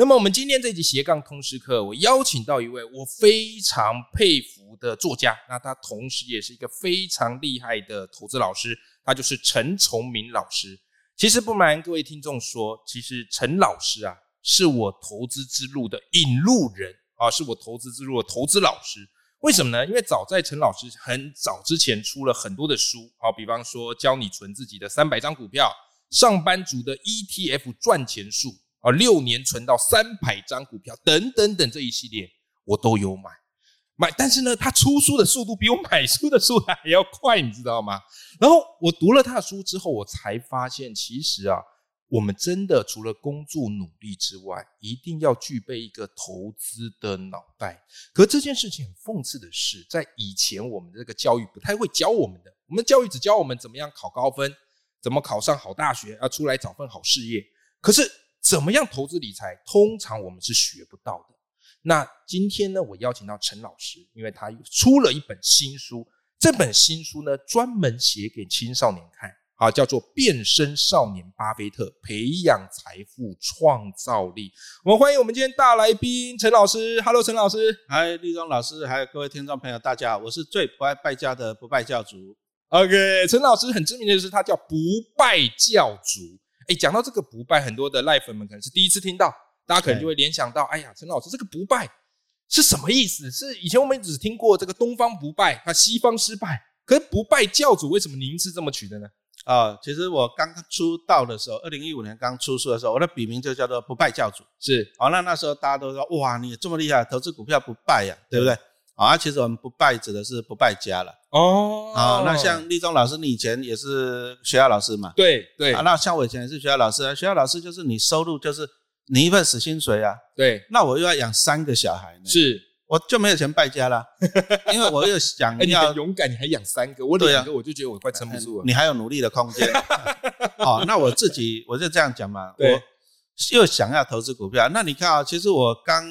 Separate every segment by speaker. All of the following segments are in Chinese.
Speaker 1: 那么我们今天这集斜杠通识课，我邀请到一位我非常佩服的作家，那他同时也是一个非常厉害的投资老师，他就是陈崇明老师。其实不瞒各位听众说，其实陈老师啊，是我投资之路的引路人啊，是我投资之路的投资老师。为什么呢？因为早在陈老师很早之前出了很多的书，啊，比方说教你存自己的三百张股票，上班族的 ETF 赚钱术，啊，六年存到三百张股票等等等这一系列，我都有买买。但是呢，他出书的速度比我买书的速度还要快，你知道吗？然后我读了他的书之后，我才发现，其实啊，我们真的除了工作努力之外，一定要具备一个投资的脑袋。可这件事情很讽刺的是，在以前我们这个教育不太会教我们的，我们教育只教我们怎么样考高分，怎么考上好大学啊，出来找份好事业。可是怎么样投资理财，通常我们是学不到的。那今天呢，我邀请到陈老师，因为他出了一本新书，这本新书呢专门写给青少年看，啊，叫做《变身少年巴菲特：培养财富创造力》。我们欢迎我们今天大来宾陈老师，Hello，陈老师。
Speaker 2: 嗨，立中老师，还有各位听众朋友，大家好，我是最不爱败家的不败教主。
Speaker 1: OK，陈老师很知名的就是他叫不败教主。哎，讲到这个不败，很多的赖粉们可能是第一次听到，大家可能就会联想到，哎呀，陈老师这个不败是什么意思？是以前我们只听过这个东方不败，啊，西方失败。可是不败教主为什么您是这么取的呢？
Speaker 2: 啊、其实我刚出道的时候，二零一五年刚出书的时候，我的笔名就叫做不败教主。
Speaker 1: 是
Speaker 2: 好、那那时候大家都说，哇，你这么厉害，投资股票不败呀、对不对？好啊，其实我们不败指的是不败家了。
Speaker 1: 哦
Speaker 2: 啊、那像立中老师，你以前也是学校老师嘛？
Speaker 1: 对对
Speaker 2: 啊，那像我以前也是学校老师啊，学校老师就是你收入就是你一份死薪水啊，
Speaker 1: 对
Speaker 2: 那我又要养三个小孩呢，
Speaker 1: 是。
Speaker 2: 我就没有钱 败家了，因为我又想
Speaker 1: 哎，你
Speaker 2: 要
Speaker 1: 很勇敢，你还养三个，我
Speaker 2: 对啊哎
Speaker 1: 两个我就觉得我快撑不住了。
Speaker 2: 嗯你还有努力的空 间。好、那我自己我就这样讲嘛，我
Speaker 1: 对
Speaker 2: 又想要投资股票。那你看啊、其实我刚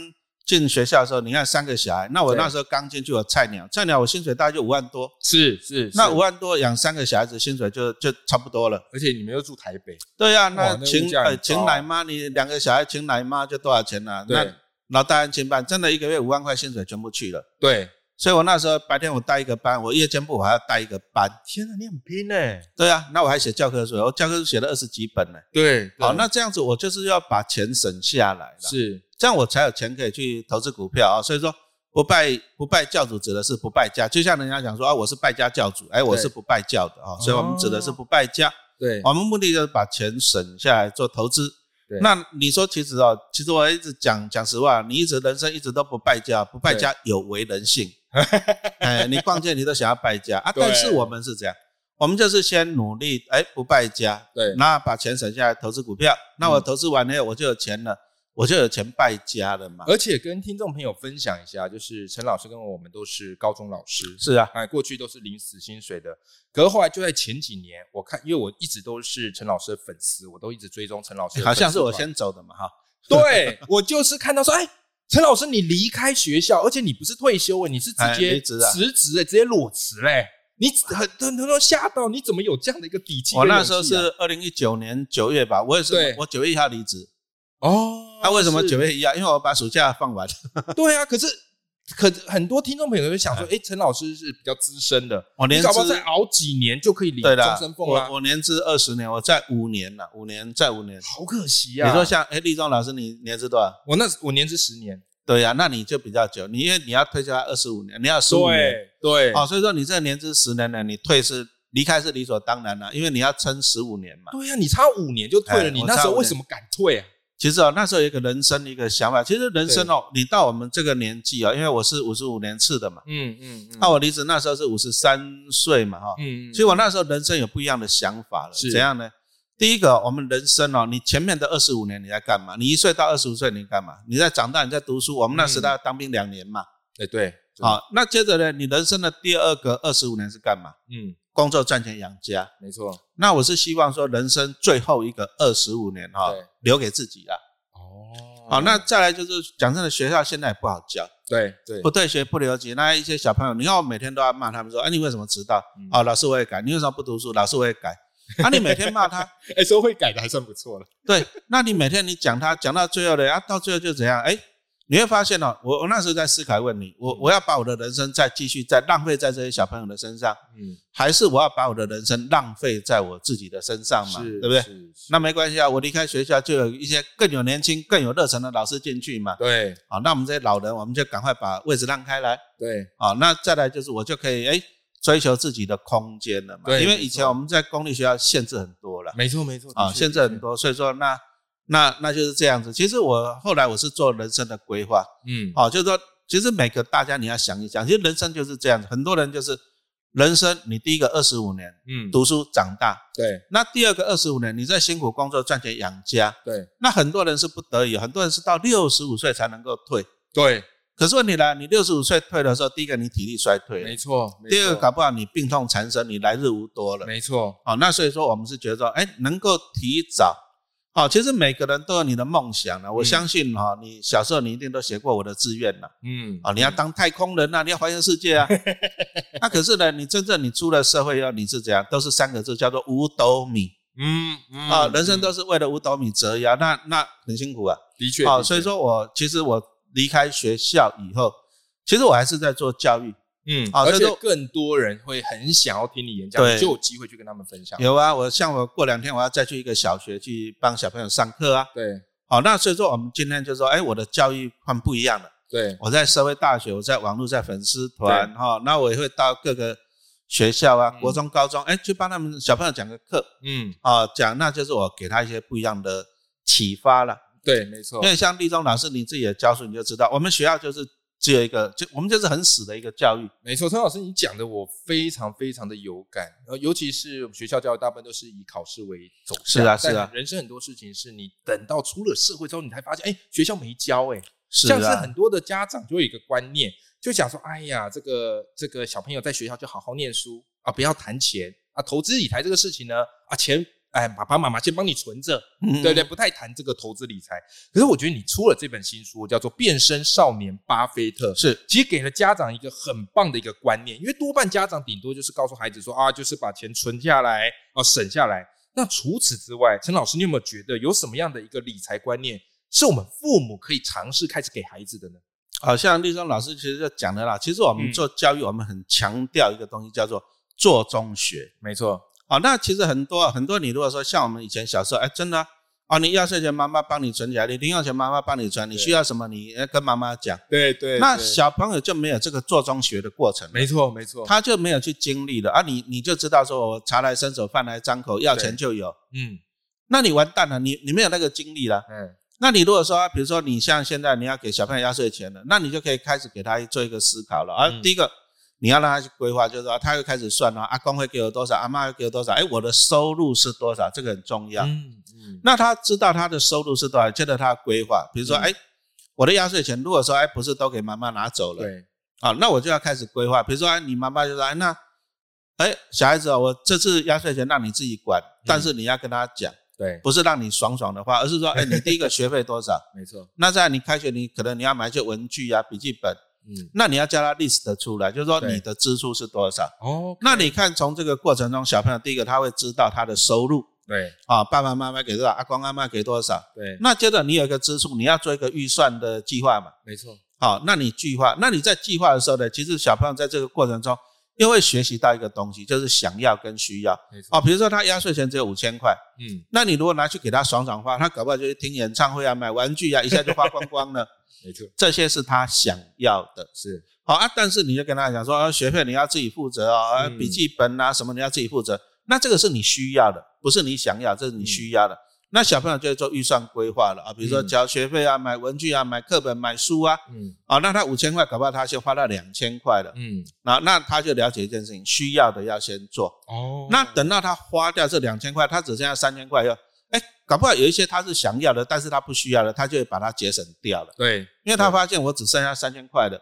Speaker 2: 进学校的时候，你看三个小孩，那我
Speaker 1: 对
Speaker 2: 那时候刚进去，我菜鸟，菜鸟我薪水大概就五万多，
Speaker 1: 是是，
Speaker 2: 那
Speaker 1: 是
Speaker 2: 五万多养三个小孩子，薪水就就差不多了。
Speaker 1: 而且你们又住台北，
Speaker 2: 对呀、
Speaker 1: 哇
Speaker 2: 那
Speaker 1: 那物
Speaker 2: 请
Speaker 1: 价很
Speaker 2: 呃
Speaker 1: 高啊
Speaker 2: 请奶妈，你两个小孩请奶妈就多少钱了、那
Speaker 1: 对
Speaker 2: 老大人请办，真的一个月五万块薪水全部去了。
Speaker 1: 对，
Speaker 2: 所以我那时候白天我带一个班，我夜间部我还要带一个班。
Speaker 1: 天哪，啊你很拼呢。
Speaker 2: 对啊，那我还写教科书，我教科书写了二十几本呢、
Speaker 1: 对，
Speaker 2: 好，
Speaker 1: 对
Speaker 2: 那这样子我就是要把钱省下来了，
Speaker 1: 是
Speaker 2: 这样我才有钱可以去投资股票啊。所以说，不败不败教主指的是不败家，就像人家讲说啊，我是败家教主，哎，我是不败教的啊，所以我们指
Speaker 1: 哦
Speaker 2: 的是不败家。
Speaker 1: 对
Speaker 2: 我们哦目的就是把钱省下来做投资
Speaker 1: 对。
Speaker 2: 那你说，其实哦，其实我一直讲讲实话，你一直人生一直都不败家，不败家有违 人性。哎，你逛街你都想要败家啊，
Speaker 1: 对
Speaker 2: 但是我们是这样，我们就是先努力，哎，不败家，
Speaker 1: 对
Speaker 2: 那把钱省下来投资股票，那我投资完了我就有钱了，我就有钱败家了嘛。
Speaker 1: 而且跟听众朋友分享一下，就是陈老师跟我们都是高中老师，
Speaker 2: 是啊，
Speaker 1: 哎，过去都是领死薪水的。可是后来就在前几年，我看，因为我一直都是陈老师的粉丝，我都一直追踪陈老师的
Speaker 2: 好
Speaker 1: 粉丝团。
Speaker 2: 像是我先走的嘛哈。
Speaker 1: 对我就是看到说，哎，陈老师你离开学校，而且你不是退休哎，你是直
Speaker 2: 哎
Speaker 1: 接
Speaker 2: 离职啊
Speaker 1: 辞职哎，直接裸辞欸嘞。你很很很多人吓到，你怎么有这样的一个底气
Speaker 2: 我
Speaker 1: 跟勇气啊、
Speaker 2: 那时候是二零一九年九月吧，我也
Speaker 1: 对
Speaker 2: 是，我九月一号离职。
Speaker 1: 哦，
Speaker 2: 那为什么
Speaker 1: 是
Speaker 2: 九月一号？因为我把暑假放完。
Speaker 1: 对啊，可是可很多听众朋友就想说，哎，陈老师是比较资深的，
Speaker 2: 我
Speaker 1: 你
Speaker 2: 年
Speaker 1: 搞不好
Speaker 2: 资
Speaker 1: 再熬几年就可以领
Speaker 2: 对
Speaker 1: 终
Speaker 2: 啦
Speaker 1: 身，俸啊
Speaker 2: 我
Speaker 1: 啦，
Speaker 2: 我年资二十年，我在五年了，五年再五年。
Speaker 1: 好可惜
Speaker 2: 你
Speaker 1: 呀、啊！
Speaker 2: 说像哎，立中老师，你年资多少？
Speaker 1: 我那我年资十年，
Speaker 2: 对呀、那你就比较久，你因为你要退休要二十五年，你要十五年
Speaker 1: 对对，
Speaker 2: 哦，所以说你这年资十年了，你退是离开是理所当然了，因为你要撑十五年嘛。
Speaker 1: 对呀、啊你差五年就退了，
Speaker 2: 哎
Speaker 1: 你
Speaker 2: 我
Speaker 1: 那时候
Speaker 2: 差五
Speaker 1: 为
Speaker 2: 年
Speaker 1: 什么敢退啊？
Speaker 2: 其实哦，那时候有一个人生的一个想法，其实人生哦，你到我们这个年纪哦，因为我是五十五年次的嘛，
Speaker 1: 嗯嗯嗯
Speaker 2: 那我离职那时候是五十三岁嘛哈、
Speaker 1: 嗯，
Speaker 2: 所以我那时候人生有不一样的想法了，
Speaker 1: 是
Speaker 2: 怎样呢？第一个，我们人生哦，你前面的二十五年你在干嘛？你一岁到二十五岁你干嘛？你在长大，你在读书。我们那时代当兵两年嘛，
Speaker 1: 哎对，
Speaker 2: 好，那接着呢，你人生的第二个二十五年是干嘛？
Speaker 1: 嗯，
Speaker 2: 工作赚钱养家。
Speaker 1: 没错，
Speaker 2: 那我是希望说，人生最后一个二十五年哈、
Speaker 1: 对
Speaker 2: 留给自己啊。
Speaker 1: 哦
Speaker 2: 好，那再来就是讲真的，学校现在也不好教，
Speaker 1: 对对
Speaker 2: 不对学不留级。那一些小朋友，你看我每天都要骂他们说，哎，你为什么迟到
Speaker 1: 嗯？
Speaker 2: 哦，老师我也改。你为什么不读书？老师我也改。啊，你每天骂他，
Speaker 1: 哎，说会改的还算不错了，
Speaker 2: 对，那你每天你讲他讲到最后的啊，到最后就怎样？哎，你会发现哦，我我那时候在思考一个问题，我我要把我的人生再继续再浪费在这些小朋友的身上，
Speaker 1: 嗯，
Speaker 2: 还是我要把我的人生浪费在我自己的身上嘛？对不对？
Speaker 1: 是？是
Speaker 2: 那没关系啊，我离开学校就有一些更有年轻、更有热忱的老师进去嘛。
Speaker 1: 对
Speaker 2: 好，那我们这些老人，我们就赶快把位置让开来。
Speaker 1: 对
Speaker 2: 好，那再来就是我就可以哎追求自己的空间了嘛。
Speaker 1: 对
Speaker 2: 因为
Speaker 1: 没
Speaker 2: 以
Speaker 1: 错
Speaker 2: 前我们在公立学校限制很多了。
Speaker 1: 没错没错
Speaker 2: 啊，限制很，多，所以说那那那就是这样子。其实我后来我是做人生的规划，
Speaker 1: 的确嗯，
Speaker 2: 哦，就是说，其实每个大家你要想一想，其实人生就是这样子。很多人就是人生，你第一个二十五年
Speaker 1: 嗯，
Speaker 2: 读书长大，
Speaker 1: 对
Speaker 2: 那第二个二十五年你在辛苦工作赚钱养家，
Speaker 1: 对
Speaker 2: 那很多人是不得已，很多人是到六十五岁才能够退。
Speaker 1: 对，
Speaker 2: 可是问题来，你六十五岁退的时候，第一个你体力衰退了
Speaker 1: 没，错，没
Speaker 2: 第二个
Speaker 1: 错
Speaker 2: 搞不好你病痛缠身，你来日无多了。
Speaker 1: 没错，
Speaker 2: 哦，那所以说我们是觉得说，哎，能够提早，哦，其实每个人都有你的梦想啊了。我
Speaker 1: 嗯
Speaker 2: 相信哈、哦，你小时候你一定都写过我的志愿了，
Speaker 1: 嗯
Speaker 2: 啊、哦，你要当太空人呐、你要环游世界 啊。那可是呢，你真正你出了社会以后，啊你是怎样？都是三个字，叫做五斗米
Speaker 1: 嗯嗯
Speaker 2: 啊、人生
Speaker 1: 嗯
Speaker 2: 都是为了五斗米折腰，那那很辛苦啊。
Speaker 1: 的确
Speaker 2: 啊、
Speaker 1: 的
Speaker 2: 所以
Speaker 1: 确
Speaker 2: 说我其实我离开学校以后，其实我还是在做教育。
Speaker 1: 嗯，
Speaker 2: 啊
Speaker 1: 而
Speaker 2: 所以
Speaker 1: 且
Speaker 2: 说
Speaker 1: 更多人会很想要听你演讲，
Speaker 2: 对
Speaker 1: 你就有机会去跟他们分享。
Speaker 2: 有啊，我像我过两天我要再去一个小学去帮小朋友上课啊。
Speaker 1: 对
Speaker 2: 好，那所以说我们今天就说，哎，我的教育换不一样了。
Speaker 1: 对
Speaker 2: 我在社会大学，我在网络，在粉丝团哈、那我也会到各个学校啊，
Speaker 1: 嗯
Speaker 2: 国中、高中，哎，去帮他们小朋友讲个课
Speaker 1: 嗯，
Speaker 2: 啊、讲那就是我给他一些不一样的启发了。
Speaker 1: 对，没错
Speaker 2: 因，为像立中老师你自己也教书，你就知道，我们学校就是只有一个，就我们就是很死的一个教育。
Speaker 1: 没错。陈老师，你讲的我非常非常的有感，呃，尤其是我们学校教育大部分都是以考试为走向，
Speaker 2: 是啊是啊
Speaker 1: 但人生很多事情是你等到出了社会之后，你才发现，哎，学校没教，哎，
Speaker 2: 是
Speaker 1: 像是
Speaker 2: 啊，
Speaker 1: 很多的家长就有一个观念，就想说，哎呀，这个这个小朋友在学校就好好念书啊，不要谈钱啊，投资理财这个事情呢，啊，钱哎，爸爸妈妈先帮你存着，
Speaker 2: 嗯
Speaker 1: 对不对？不太谈这个投资理财。可是我觉得你出了这本新书，叫做《变身少年巴菲特》，
Speaker 2: 是
Speaker 1: 其实给了家长一个很棒的一个观念，因为多半家长顶多就是告诉孩子说啊，就是把钱存下来，啊，省下来。那除此之外，陈老师，你有没有觉得有什么样的一个理财观念是我们父母可以尝试开始给孩子的呢？
Speaker 2: 好像立中老师其实就讲的啦，其实我们
Speaker 1: 嗯
Speaker 2: 做教育，我们很强调一个东西，叫做做中学。
Speaker 1: 没错，
Speaker 2: 好，啊那其实很多很多，你如果说像我们以前小时候，哎，真的啊，哦你压岁钱妈妈帮你存起来，你零用钱妈妈帮你存，你
Speaker 1: 对
Speaker 2: 需要什么你呃跟妈妈讲。
Speaker 1: 对对
Speaker 2: 那小朋友就没有这个做中学的过程，
Speaker 1: 没错没错，
Speaker 2: 他就没有去经历了啊，你你就知道说我茶来伸手，饭来张口，要钱就有，
Speaker 1: 嗯
Speaker 2: 那你完蛋了，你你没有那个经历了。
Speaker 1: 嗯
Speaker 2: 那你如果说，比如说你像现在你要给小朋友压岁钱了，那你就可以开始给他做一个思考了。啊，
Speaker 1: 嗯
Speaker 2: 第一个你要让他去规划，就是说他会开始算了，阿公会给我多少，阿妈会给我多少，哎，我的收入是多少，这个很重要。
Speaker 1: 嗯嗯，
Speaker 2: 那他知道他的收入是多少，接着他的规划，比如说，
Speaker 1: 嗯
Speaker 2: 哎，我的压岁钱如果说哎不是都给妈妈拿走了，
Speaker 1: 对，
Speaker 2: 啊，那我就要开始规划，比如说哎你妈妈就说哎那，哎小孩子啊，我这次压岁钱让你自己管，
Speaker 1: 嗯
Speaker 2: 但是你要跟他讲，
Speaker 1: 对，
Speaker 2: 不是让你爽爽的话，而是说哎你第一个学费多少。
Speaker 1: 没错，
Speaker 2: 那在你开学，你可能你要买一些文具啊、笔记本，
Speaker 1: 嗯，
Speaker 2: 那你要叫他 list 出来，就是说
Speaker 1: 对
Speaker 2: 你的支出是多少。
Speaker 1: 哦，
Speaker 2: 那你看从这个过程中，小朋友第一个他会知道他的收入
Speaker 1: 对
Speaker 2: 啊，爸爸妈妈给多少，阿公阿妈给多少。
Speaker 1: 对，
Speaker 2: 那接着你有一个支出，你要做一个预算的计划嘛。
Speaker 1: 没错，
Speaker 2: 好，那你计划，那你在计划的时候呢，其实小朋友在这个过程中又会学习到一个东西，就是想要跟需要
Speaker 1: 没错，
Speaker 2: 啊。比如说他压岁钱只有五千块，
Speaker 1: 嗯，
Speaker 2: 那你如果拿去给他爽爽花，他搞不好就去听演唱会啊、买玩具啊，一下就花光光了。
Speaker 1: 没错，
Speaker 2: 这些是他想要的。
Speaker 1: 是，
Speaker 2: 好啊，但是你就跟他讲说，啊、学费你要自己负责哦，啊
Speaker 1: 嗯
Speaker 2: 笔记本啊什么你要自己负责。那这个是你需要的，不是你想要，这是你需要的。那小朋友就会做预算规划了啊，比如说
Speaker 1: 嗯
Speaker 2: 交学费啊、买文具啊、买课本、买书啊。
Speaker 1: 嗯
Speaker 2: 啊，那他五千块，搞不好他先花到两千块了。
Speaker 1: 嗯，
Speaker 2: 那那他就了解一件事情，需要的要先做。
Speaker 1: 哦
Speaker 2: 那等到他花掉这两千块，他只剩下三千块以后，哎，搞不好有一些他是想要的，但是他不需要的，他就会把它节省掉了。
Speaker 1: 对
Speaker 2: 因为他发现我只剩下三千块了，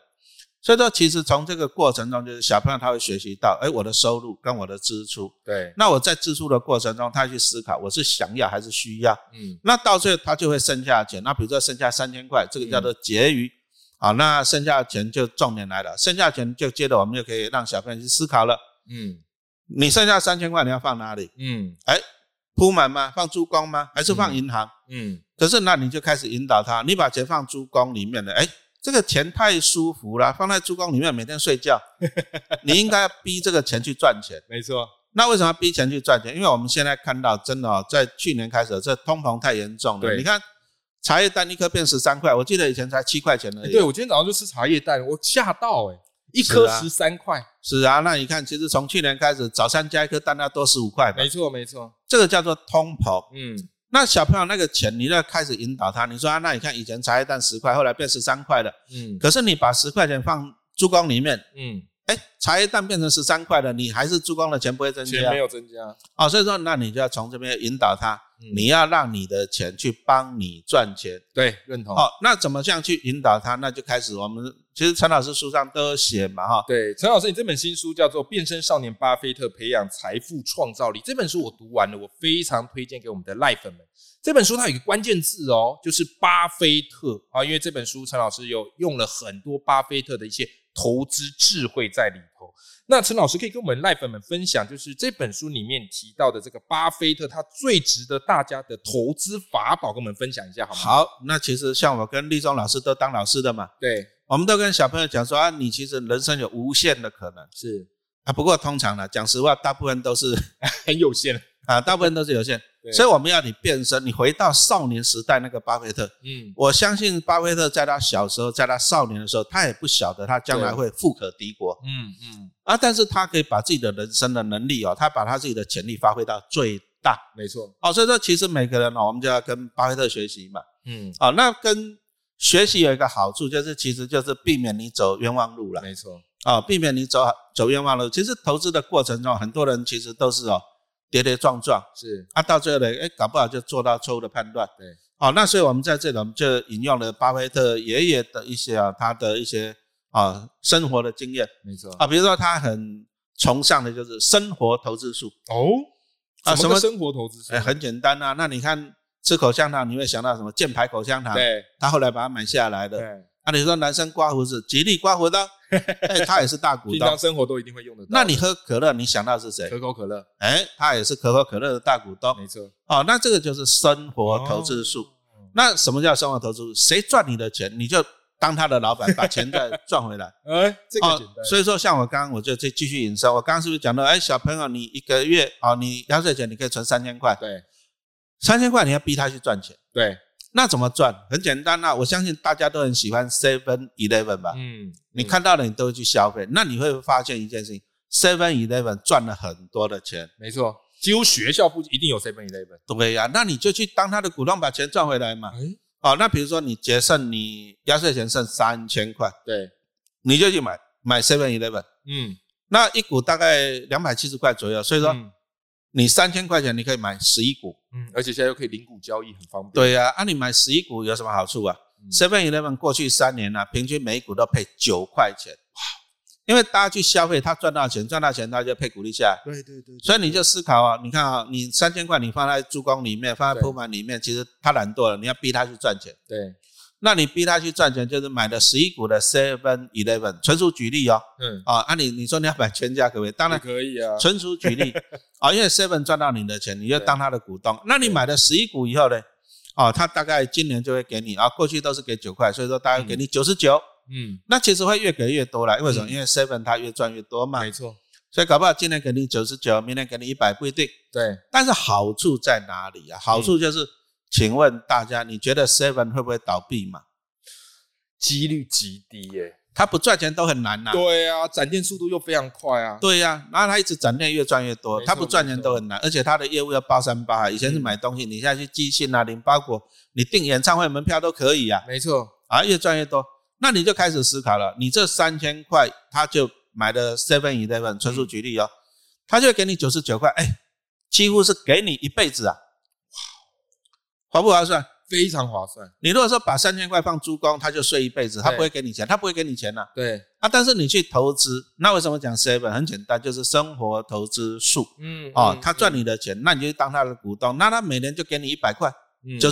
Speaker 2: 所以说，其实从这个过程中，就是小朋友他会学习到，哎，我的收入跟我的支出，
Speaker 1: 对，
Speaker 2: 那我在支出的过程中，他去思考我是想要还是需要，
Speaker 1: 嗯，
Speaker 2: 那到最后他就会剩下的钱。那比如说剩下三千块，这个叫
Speaker 1: 嗯
Speaker 2: 做结余。好，那剩下的钱就重点来了，剩下的钱就接着我们就可以让小朋友去思考了。
Speaker 1: 嗯
Speaker 2: 你剩下三千块你要放哪里？
Speaker 1: 嗯
Speaker 2: 铺满吗？放珠光吗？还是放银行？
Speaker 1: 嗯，
Speaker 2: 可是那你就开始引导他，你把钱放珠光里面了，哎，这个钱太舒服了，放在珠光里面每天 睡觉，你应该逼这个钱去赚钱。
Speaker 1: 没错，
Speaker 2: 那为什么要逼钱去赚钱？因为我们现在看到，真的、哦、在去年开始，这通膨太严重了。
Speaker 1: 对
Speaker 2: 你看茶叶蛋一颗变十三块，我记得以前才七块钱而
Speaker 1: 欸
Speaker 2: 已。
Speaker 1: 对我今天早上就吃茶叶蛋，我吓到哎、一颗
Speaker 2: 是啊
Speaker 1: 十三块，
Speaker 2: 是啊，那你看，其实从去年开始，早餐加一颗蛋要多十五块吧
Speaker 1: 没，错没错，
Speaker 2: 这个叫做通膨。
Speaker 1: 嗯
Speaker 2: 那小朋友那个钱，你要开始引导他，你说啊，那你看以前茶叶蛋十块，后来变十三块了，
Speaker 1: 嗯
Speaker 2: 可是你把十块钱放珠光里面，
Speaker 1: 嗯，
Speaker 2: 哎，茶叶蛋变成十三块了，你还是珠光的钱不会增
Speaker 1: 钱
Speaker 2: 加
Speaker 1: 没有增加，
Speaker 2: 哦，所以说，那你就要从这边引导他，
Speaker 1: 嗯
Speaker 2: 你要让你的钱去帮你赚钱。
Speaker 1: 对认同，
Speaker 2: 好、那怎么样去引导他？那就开始我们其实陈老师书上都有写嘛，哈、
Speaker 1: 对，陈老师，你这本新书叫做《变身少年巴菲特：培养财富创造力》。这本书我读完了，我非常推荐给我们的赖粉们。这本书它有一个关键字哦，就是巴菲特啊，因为这本书陈老师有用了很多巴菲特的一些投资智慧在里头。那陈老师可以跟我们赖粉们分享，就是这本书里面提到的这个巴菲特，他最值得大家的投资法宝，跟我们分享一下好吗？，
Speaker 2: 好，那其实像我跟立中老师都当老师的嘛，
Speaker 1: 对，
Speaker 2: 我们都跟小朋友讲说啊，你其实人生有无限的可能
Speaker 1: 是
Speaker 2: 啊。不过通常呢，讲实话，大部分都是
Speaker 1: 很有限。
Speaker 2: 啊，大部分都是有限
Speaker 1: 对。
Speaker 2: 所以我们要你变身，你回到少年时代那个巴菲特。
Speaker 1: 嗯，
Speaker 2: 我相信巴菲特在他小时候，在他少年的时候，他也不晓得他将来会富可敌国
Speaker 1: 嗯嗯，
Speaker 2: 啊，但是他可以把自己的人生的能力哦，他把他自己的潜力发挥到最大
Speaker 1: 没错。
Speaker 2: 哦，所以说其实每个人呢、哦，我们就要跟巴菲特学习嘛，
Speaker 1: 嗯，
Speaker 2: 哦，那跟学习有一个好处就是，其实就是避免你走冤枉路了
Speaker 1: 没错。
Speaker 2: 啊、哦，避免你走走冤枉路。其实投资的过程中，很多人其实都是哦跌跌撞撞，
Speaker 1: 是，
Speaker 2: 啊，到最后呢，哎，搞不好就做到错误的判断。
Speaker 1: 对，
Speaker 2: 好、那所以我们在这里我们就引用了巴菲特爷爷的一些啊，他的一些啊生活的经验
Speaker 1: 没错。
Speaker 2: 啊，比如说他很崇尚的就是生活投资术，
Speaker 1: 哦，
Speaker 2: 啊
Speaker 1: 什么个
Speaker 2: 什
Speaker 1: 生活投资术？
Speaker 2: 哎，很简单啊。那你看吃口香糖，你会想到什么？箭牌口香糖，
Speaker 1: 对
Speaker 2: 他后来把它买下来的。
Speaker 1: 啊对，
Speaker 2: 啊，你说男生刮胡子，吉利刮胡 刀，哎，他也是大股
Speaker 1: 平常
Speaker 2: 东。
Speaker 1: 生活都一定会用得到。
Speaker 2: 那你喝可乐，你想到是谁？
Speaker 1: 可口可乐，
Speaker 2: 哎，他也是可口可乐的大股东。
Speaker 1: 没错，
Speaker 2: 哦，那这个就是生活投资术。
Speaker 1: 哦。
Speaker 2: 那什么叫生活投资？谁赚你的钱，你就当他的老板，把钱再赚回来。哦
Speaker 1: 哎， 这个简单。
Speaker 2: 所以说，像我刚刚我就再继续引申，我刚刚是不是讲到，哎，小朋友，你一个月哦，你压岁钱你可以存三千块，
Speaker 1: 对
Speaker 2: 三千块你要逼他去赚钱，
Speaker 1: 对，
Speaker 2: 那怎么赚？很简单啦、我相信大家都很喜欢 Seven Eleven 吧，
Speaker 1: 嗯，
Speaker 2: 你
Speaker 1: 嗯
Speaker 2: 看到了你都会去消费，那你会发现一件事情，Seven Eleven 赚了很多的钱，
Speaker 1: 没错，几乎学校附近一定有 Seven Eleven。
Speaker 2: 对呀、那你就去当他的股东，把钱赚回来嘛。
Speaker 1: 哎，
Speaker 2: 哦，那比如说你节剩你压岁钱剩三千块。
Speaker 1: 对，
Speaker 2: 你就去买买 Seven Eleven，
Speaker 1: 嗯，
Speaker 2: 那一股大概两百七十块左右，所以说
Speaker 1: 嗯
Speaker 2: 你三千块钱你可以买十一股。
Speaker 1: 嗯，而且现在又可以零股交易，很方便。，
Speaker 2: 对呀、啊，那你买十一股有什么好处啊
Speaker 1: 嗯
Speaker 2: ？Seven Eleven 过去三年呢、啊，平均每一股都配九块钱，哇！因为大家去消费，他赚到钱，赚到钱他就配股利下来，
Speaker 1: 对对对，
Speaker 2: 所以你就思考啊，你看啊，你三千块你放在珠光里面，放在
Speaker 1: 对
Speaker 2: 铺满里面，其实他懒惰了，你要逼他去赚钱，
Speaker 1: 对，
Speaker 2: 那你逼他去赚钱，就是买了十一股的 Seven Eleven，纯属举例哦，
Speaker 1: 嗯，
Speaker 2: 啊，那你你说你要买全家可不可以？当然
Speaker 1: 也可以啊。
Speaker 2: 纯属举例啊、因为 Seven 赚到你的钱，你就当他的股东。那你买了十一股以后呢？哦，他大概今年就会给你啊，过去都是给九块，所以说大概给你九十九。
Speaker 1: 嗯，
Speaker 2: 那其实会越给越多了，因为什么？
Speaker 1: 嗯
Speaker 2: 因为 Seven 它越赚越多嘛，
Speaker 1: 没错，
Speaker 2: 所以搞不好今年给你九十九，明年给你一百不一定。
Speaker 1: 对，
Speaker 2: 但是好处在哪里啊？好
Speaker 1: 嗯
Speaker 2: 处就是，请问大家，你觉得 Seven 会不会倒闭嘛？
Speaker 1: 几率极低耶。
Speaker 2: 它不赚钱都很难呐、
Speaker 1: 对啊，展店速度又非常快啊。
Speaker 2: 对呀、然后他一直展店越赚越多
Speaker 1: 没，错
Speaker 2: 他不赚钱都很难，而且他的业务要包三包啊。以前是
Speaker 1: 嗯
Speaker 2: 买东西，你现在去寄信啊、领包裹，你订演唱会门票都可以啊，
Speaker 1: 没错，
Speaker 2: 啊，越赚越多。那你就开始思考了，你这三千块，他就买了 Seven Eleven，纯
Speaker 1: 嗯
Speaker 2: 属举例哦，他就给你九十九块，哎，几乎是给你一辈子啊，划不划算？
Speaker 1: 非常划算。
Speaker 2: 你如果说把三千块放猪公，他就睡一辈子，他
Speaker 1: 对
Speaker 2: 不会给你钱，他不会给你钱呐、啊。
Speaker 1: 对，
Speaker 2: 但是你去投资，那为什么讲 seven？很简单，就是生活投资术
Speaker 1: 嗯
Speaker 2: 哦，他赚你的钱，那你就当他的股东，那他每年就给你一百块，九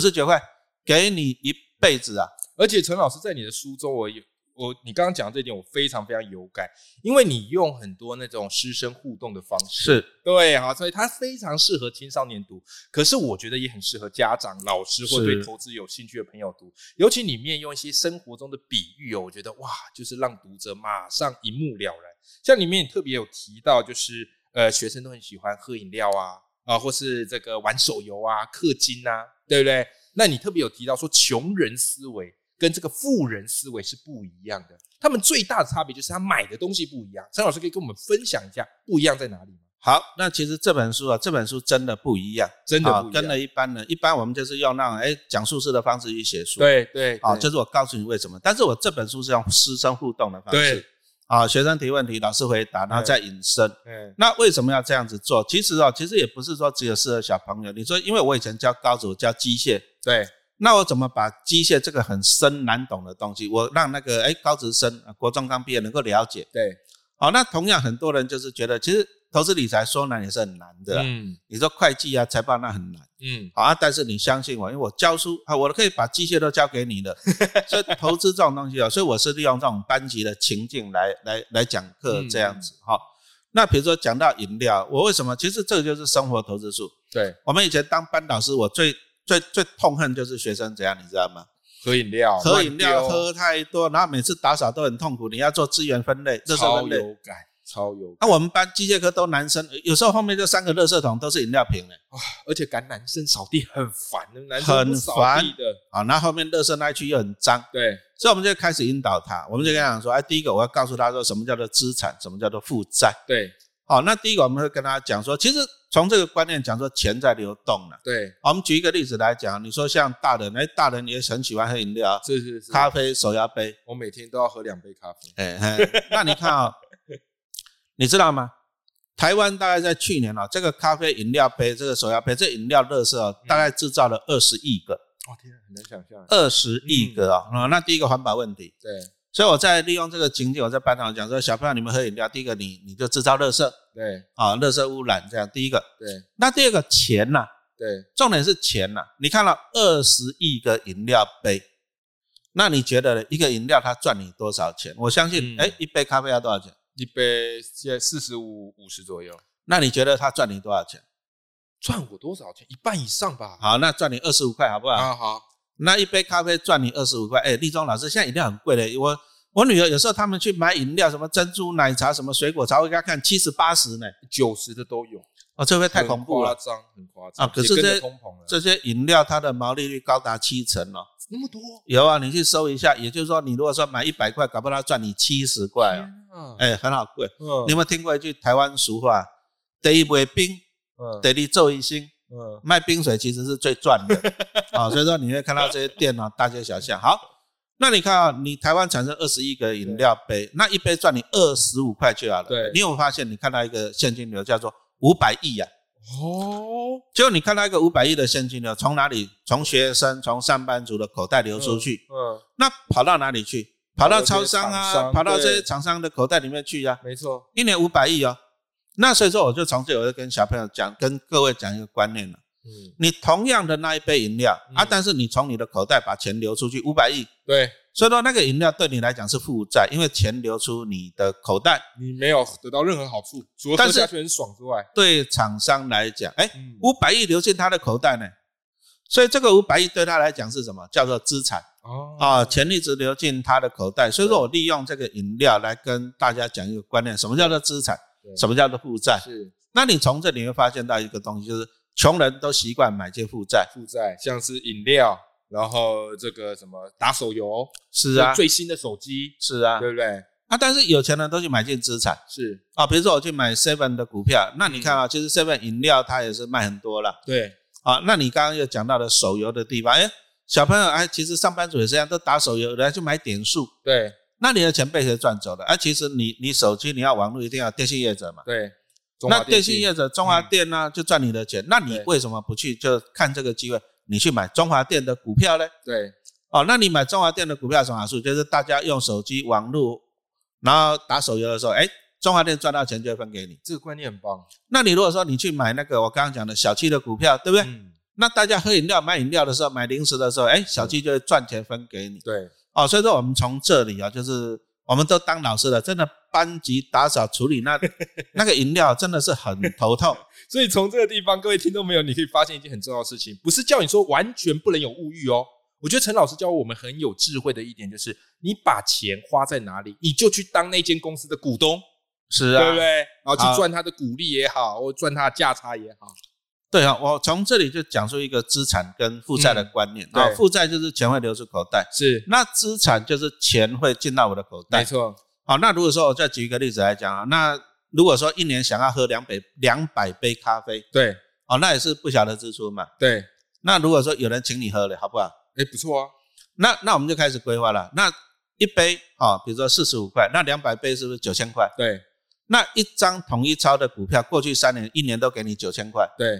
Speaker 1: 就是，
Speaker 2: 十九块，给你一辈子啊。
Speaker 1: 而且陈老师在你的书中，我有我你刚刚讲这点，我非常非常有感，因为你用很多那种师生互动的方式，
Speaker 2: 是，
Speaker 1: 对啊，所以它非常适合青少年读，可是我觉得也很适合家长、老师或
Speaker 2: 是
Speaker 1: 对投资有兴趣的朋友读，尤其里面用一些生活中的比喻哦，我觉得哇，就是让读者马上一目了然。像里面特别有提到，就是呃，学生都很喜欢喝饮料啊，啊、或是这个玩手游啊、氪金啊，对不对？那你特别有提到说，穷人思维跟这个富人思维是不一样的，他们最大的差别就是他买的东西不一样。陈老师可以跟我们分享一下不一样在哪里吗？
Speaker 2: 好，那其实这本书啊，这本书真的不一样，
Speaker 1: 真的
Speaker 2: 啊
Speaker 1: 不一样
Speaker 2: 跟了一般人，一般我们就是用那种哎讲述式的方式去写书，
Speaker 1: 对对
Speaker 2: 啊，
Speaker 1: 对
Speaker 2: 就是我告诉你为什么，但是我这本书是用师生互动的方
Speaker 1: 对
Speaker 2: 式，，啊，学生提问题，老师回答，然后再引申。
Speaker 1: 嗯
Speaker 2: 那为什么要这样子做？其实啊，其实也不是说只有适合小朋友。你说，因为我以前教高职，我教机械，
Speaker 1: 对，
Speaker 2: 那我怎么把机械这个很深难懂的东西，我让那个哎高职生、啊国中刚毕业能够了解？
Speaker 1: 对
Speaker 2: 好，那同样很多人就是觉得，其实投资理财说难也是很难的啊。
Speaker 1: 嗯
Speaker 2: 你说会计啊、财报那很难
Speaker 1: 嗯
Speaker 2: 好啊，但是你相信我，因为我教书啊，我可以把机械都交给 你的。所以投资这种东西啊，所以我是利用这种班级的情境来来来讲课
Speaker 1: 嗯
Speaker 2: 这样子哈、那比如说讲到饮料，我为什么？其实这个就是生活投资术。
Speaker 1: 对，
Speaker 2: 我们以前当班导师，我最最最痛恨就是学生怎样，你知道吗？
Speaker 1: 喝饮料，
Speaker 2: 喝饮料
Speaker 1: 乱哦丢
Speaker 2: 喝太多，然后每次打扫都很痛苦，你要做资源分类、热圾
Speaker 1: 超
Speaker 2: 分类。
Speaker 1: 有感，超有感，
Speaker 2: 那、我们班机械科都男生，有时候后面就三个热圾桶都是饮料瓶嘞。
Speaker 1: 而且赶男生扫地很烦，男生
Speaker 2: 很
Speaker 1: 不扫地
Speaker 2: 烦
Speaker 1: 的，
Speaker 2: 啊，那后面乐色那一区又很脏，
Speaker 1: 对
Speaker 2: 所以我们就开始引导他，我们就跟他讲说，哎，第一个我要告诉他说什么叫做资产，什么叫做负债。
Speaker 1: 对
Speaker 2: 好，那第一个我们会跟他讲说，其实从这个观念讲说钱在流动了。
Speaker 1: 对，
Speaker 2: 好我们举一个例子来讲，你说像大人，哎，大人也很喜欢喝饮料啊，
Speaker 1: 是是是，
Speaker 2: 咖啡、手摇杯，
Speaker 1: 我每天都要喝两杯咖啡，
Speaker 2: 哎嘿，那你看啊、你知道吗？台湾大概在去年啊、这个咖啡饮料杯、这个手摇杯、这饮料乐色、啊，大概制造了二十亿个，
Speaker 1: 哦天啊，很难想象，
Speaker 2: 二十亿个啊、啊那第一个环保问题，
Speaker 1: 对
Speaker 2: 所以我在利用这个情景，我在班上讲说，小朋友你们喝饮料，第一个你你就制造垃圾
Speaker 1: 对
Speaker 2: 啊，垃圾污染这样，第一个。
Speaker 1: 对
Speaker 2: 那第二个钱呐、
Speaker 1: 对，
Speaker 2: 重点是钱呐、你看了二十亿个饮料杯，那你觉得呢一个饮料它赚你多少钱？我相信，
Speaker 1: 嗯
Speaker 2: 哎、一杯咖啡要多少钱？
Speaker 1: 一杯现在四十五五十左右，
Speaker 2: 那你觉得它赚你多少钱？
Speaker 1: 赚我多少钱？一半以上吧，
Speaker 2: 好，那赚你二十五块好不好？
Speaker 1: 啊好，
Speaker 2: 那一杯咖啡赚你二十五块。哎，立中老师，现在饮料很贵的，我我女儿有时候他们去买饮料，什么珍珠奶茶、什么水果茶，我给她看七十八十呢。
Speaker 1: 九十的都有，
Speaker 2: 哦，这会不会太恐怖了
Speaker 1: 很夸。张，很夸张
Speaker 2: 啊可
Speaker 1: 也
Speaker 2: 是
Speaker 1: 跟着
Speaker 2: 这
Speaker 1: 通膨了，
Speaker 2: 这些饮料它的毛利率高达七成哦。
Speaker 1: 那么多，
Speaker 2: 有啊，你去搜一下，也就是说，你如果说买一百块，搞不好它赚你七十块哦，
Speaker 1: 天啊，
Speaker 2: 哎，很好贵。
Speaker 1: 嗯
Speaker 2: 你有没有听过一句台湾俗话？得一杯冰，
Speaker 1: 嗯
Speaker 2: 得一做一星。
Speaker 1: 嗯
Speaker 2: 卖冰水其实是最赚的啊、所以说你会看到这些店啊，大街小巷。好，那你看啊，你台湾产生二十亿个饮料杯，那一杯赚你二十五块就好了。
Speaker 1: 对
Speaker 2: 你有没有发现你看到一个现金流叫做五百亿呀、啊？
Speaker 1: 哦，
Speaker 2: 就你看到一个五百亿的现金流从哪里？从学生、从上班族的口袋流出去，
Speaker 1: 嗯，
Speaker 2: 那跑到哪里去？跑到超商
Speaker 1: 跑到这些厂商
Speaker 2: 啊，跑到这
Speaker 1: 对
Speaker 2: 些厂商的口袋里面去呀、啊。
Speaker 1: 没错，
Speaker 2: 一年五百亿哦。那所以说，我就从这，我就跟小朋友讲，跟各位讲一个观念了。
Speaker 1: 嗯，
Speaker 2: 你同样的那一杯饮料、
Speaker 1: 嗯
Speaker 2: 啊，但是你从你的口袋把钱流出去五百亿，
Speaker 1: 对
Speaker 2: 所以说那个饮料对你来讲是负债，因为钱流出你的口袋。
Speaker 1: 你没有得到任何好处，除了
Speaker 2: 但
Speaker 1: 喝
Speaker 2: 是
Speaker 1: 下去很爽之外，
Speaker 2: 对厂商来讲，哎，
Speaker 1: 嗯，
Speaker 2: 五百亿流进他的口袋呢，所以这个五百亿对他来讲是什么？叫做资产
Speaker 1: 哦，
Speaker 2: 啊，钱一直流进他的口袋。所以说我利用这个饮料来跟大家讲一个观念：什么叫做资产
Speaker 1: 对？
Speaker 2: 什么叫做负债？
Speaker 1: 是
Speaker 2: 那你从这里会发现到一个东西，就是穷人都习惯买借负债。
Speaker 1: 负债，像是饮料，然后这个什么打手游，
Speaker 2: 是啊，
Speaker 1: 最新的手机，
Speaker 2: 是啊，
Speaker 1: 对不对？
Speaker 2: 啊，但是有钱人都去买进资产
Speaker 1: 是，
Speaker 2: 啊，比如说我去买 Seven 的股票，那你看啊，其实 Seven 饮料它也是卖很多了
Speaker 1: 对，
Speaker 2: 啊。那你刚刚又讲到的手游的地方，哎，小朋友哎，其实上班族也是这样，都打手游，人家去买点数，
Speaker 1: 对，
Speaker 2: 那你的钱被谁赚走了？啊，其实你你手机你要网络一定要电信业者嘛。
Speaker 1: 对，中华嗯
Speaker 2: 那电信业者中华电呢、就赚你的钱，那你
Speaker 1: 对
Speaker 2: 为什么不去就看这个机会？你去买中华电的股票呢？
Speaker 1: 对，
Speaker 2: 哦，那你买中华电的股票有什么好处？就是大家用手机、网络，然后打手游的时候，哎，中华电赚到钱就会分给你。
Speaker 1: 这个观念很棒。
Speaker 2: 那你如果说你去买那个我刚刚讲的小七的股票，对不对？
Speaker 1: 嗯，
Speaker 2: 那大家喝饮料、买饮料的时候、买零食的时候，哎，小七就会赚钱分给你。
Speaker 1: 对，
Speaker 2: 哦，所以说我们从这里啊，就是我们都当老师了，真的班级打扫处理那 那个饮料真的是很头痛。
Speaker 1: 所以从这个地方，各位听众朋友，你可以发现一件很重要的事情，不是叫你说完全不能有物欲哦。我觉得陈老师教我们很有智慧的一点就是，你把钱花在哪里，你就去当那间公司的股东，
Speaker 2: 是啊
Speaker 1: 对不对？然后去
Speaker 2: 好
Speaker 1: 赚他的股利也好，或赚他的价差也好。
Speaker 2: 对啊，我从这里就讲出一个资产跟负债的观念
Speaker 1: 嗯
Speaker 2: 啊、
Speaker 1: 对
Speaker 2: 负债就是钱会流出口袋，
Speaker 1: 是，
Speaker 2: 那资产就是钱会进到我的口
Speaker 1: 没
Speaker 2: 袋。
Speaker 1: 错，
Speaker 2: 好，那如果说我再举一个例子来讲啊，那如果说一年想要喝两百两百杯咖啡，
Speaker 1: 对
Speaker 2: 哦，那也是不小的支出嘛。
Speaker 1: 对，
Speaker 2: 那如果说有人请你喝了，好不好？
Speaker 1: 哎，不错啊，
Speaker 2: 那那我们就开始规划了。那一杯啊、哦比如说四十五块，那两百杯是不是九千块？
Speaker 1: 对
Speaker 2: 那一张统一超的股票，过去三年一年都给你九千块，
Speaker 1: 对，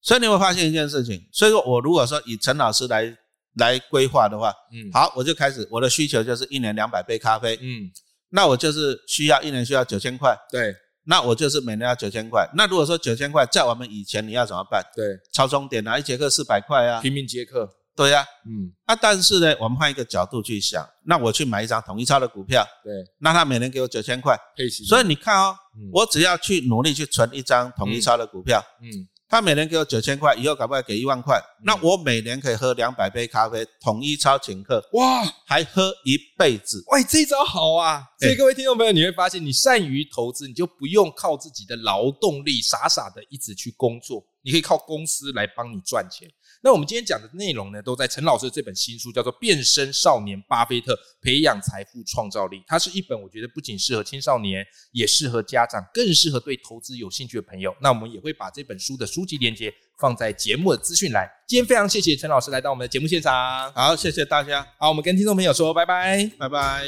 Speaker 2: 所以你会发现一件事情。所以说我如果说以陈老师来来规划的话，
Speaker 1: 嗯，
Speaker 2: 好，我就开始我的需求就是一年两百杯咖啡，
Speaker 1: 嗯，
Speaker 2: 那我就是需要一年需要九千块，
Speaker 1: 对
Speaker 2: 那我就是每年要九千块。那如果说九千块在我们以前你要怎么办？
Speaker 1: 对，
Speaker 2: 超重点啊，一节课四百块啊，
Speaker 1: 平民接客，
Speaker 2: 对呀、啊。
Speaker 1: 嗯，
Speaker 2: 但是呢，我们换一个角度去想，那我去买一张统一超的股票，
Speaker 1: 对，
Speaker 2: 那他每年给我九千块，
Speaker 1: 配息，
Speaker 2: 所以你看哦，
Speaker 1: 嗯
Speaker 2: 我只要去努力去存一张统一超的股票，
Speaker 1: 嗯，
Speaker 2: 他每年给我九千块，以后搞不好给一万块，那我每年可以喝两百杯咖啡，统一超请客，
Speaker 1: 哇，
Speaker 2: 还喝一辈子。
Speaker 1: 喂，这一招好啊！所以
Speaker 2: 哎
Speaker 1: 各位听众朋友，你会发现，你善于投资，你就不用靠自己的劳动力傻傻的一直去工作，你可以靠公司来帮你赚钱。那我们今天讲的内容呢，都在陈老师的这本新书，叫做《变身少年巴菲特：培养财富创造力》。它是一本我觉得不仅适合青少年，也适合家长，更适合对投资有兴趣的朋友。那我们也会把这本书的书籍链接放在节目的资讯栏。今天非常谢谢陈老师来到我们的节目现场。
Speaker 2: 好，谢谢大家，
Speaker 1: 好，我们跟听众朋友说拜拜。
Speaker 2: 拜拜。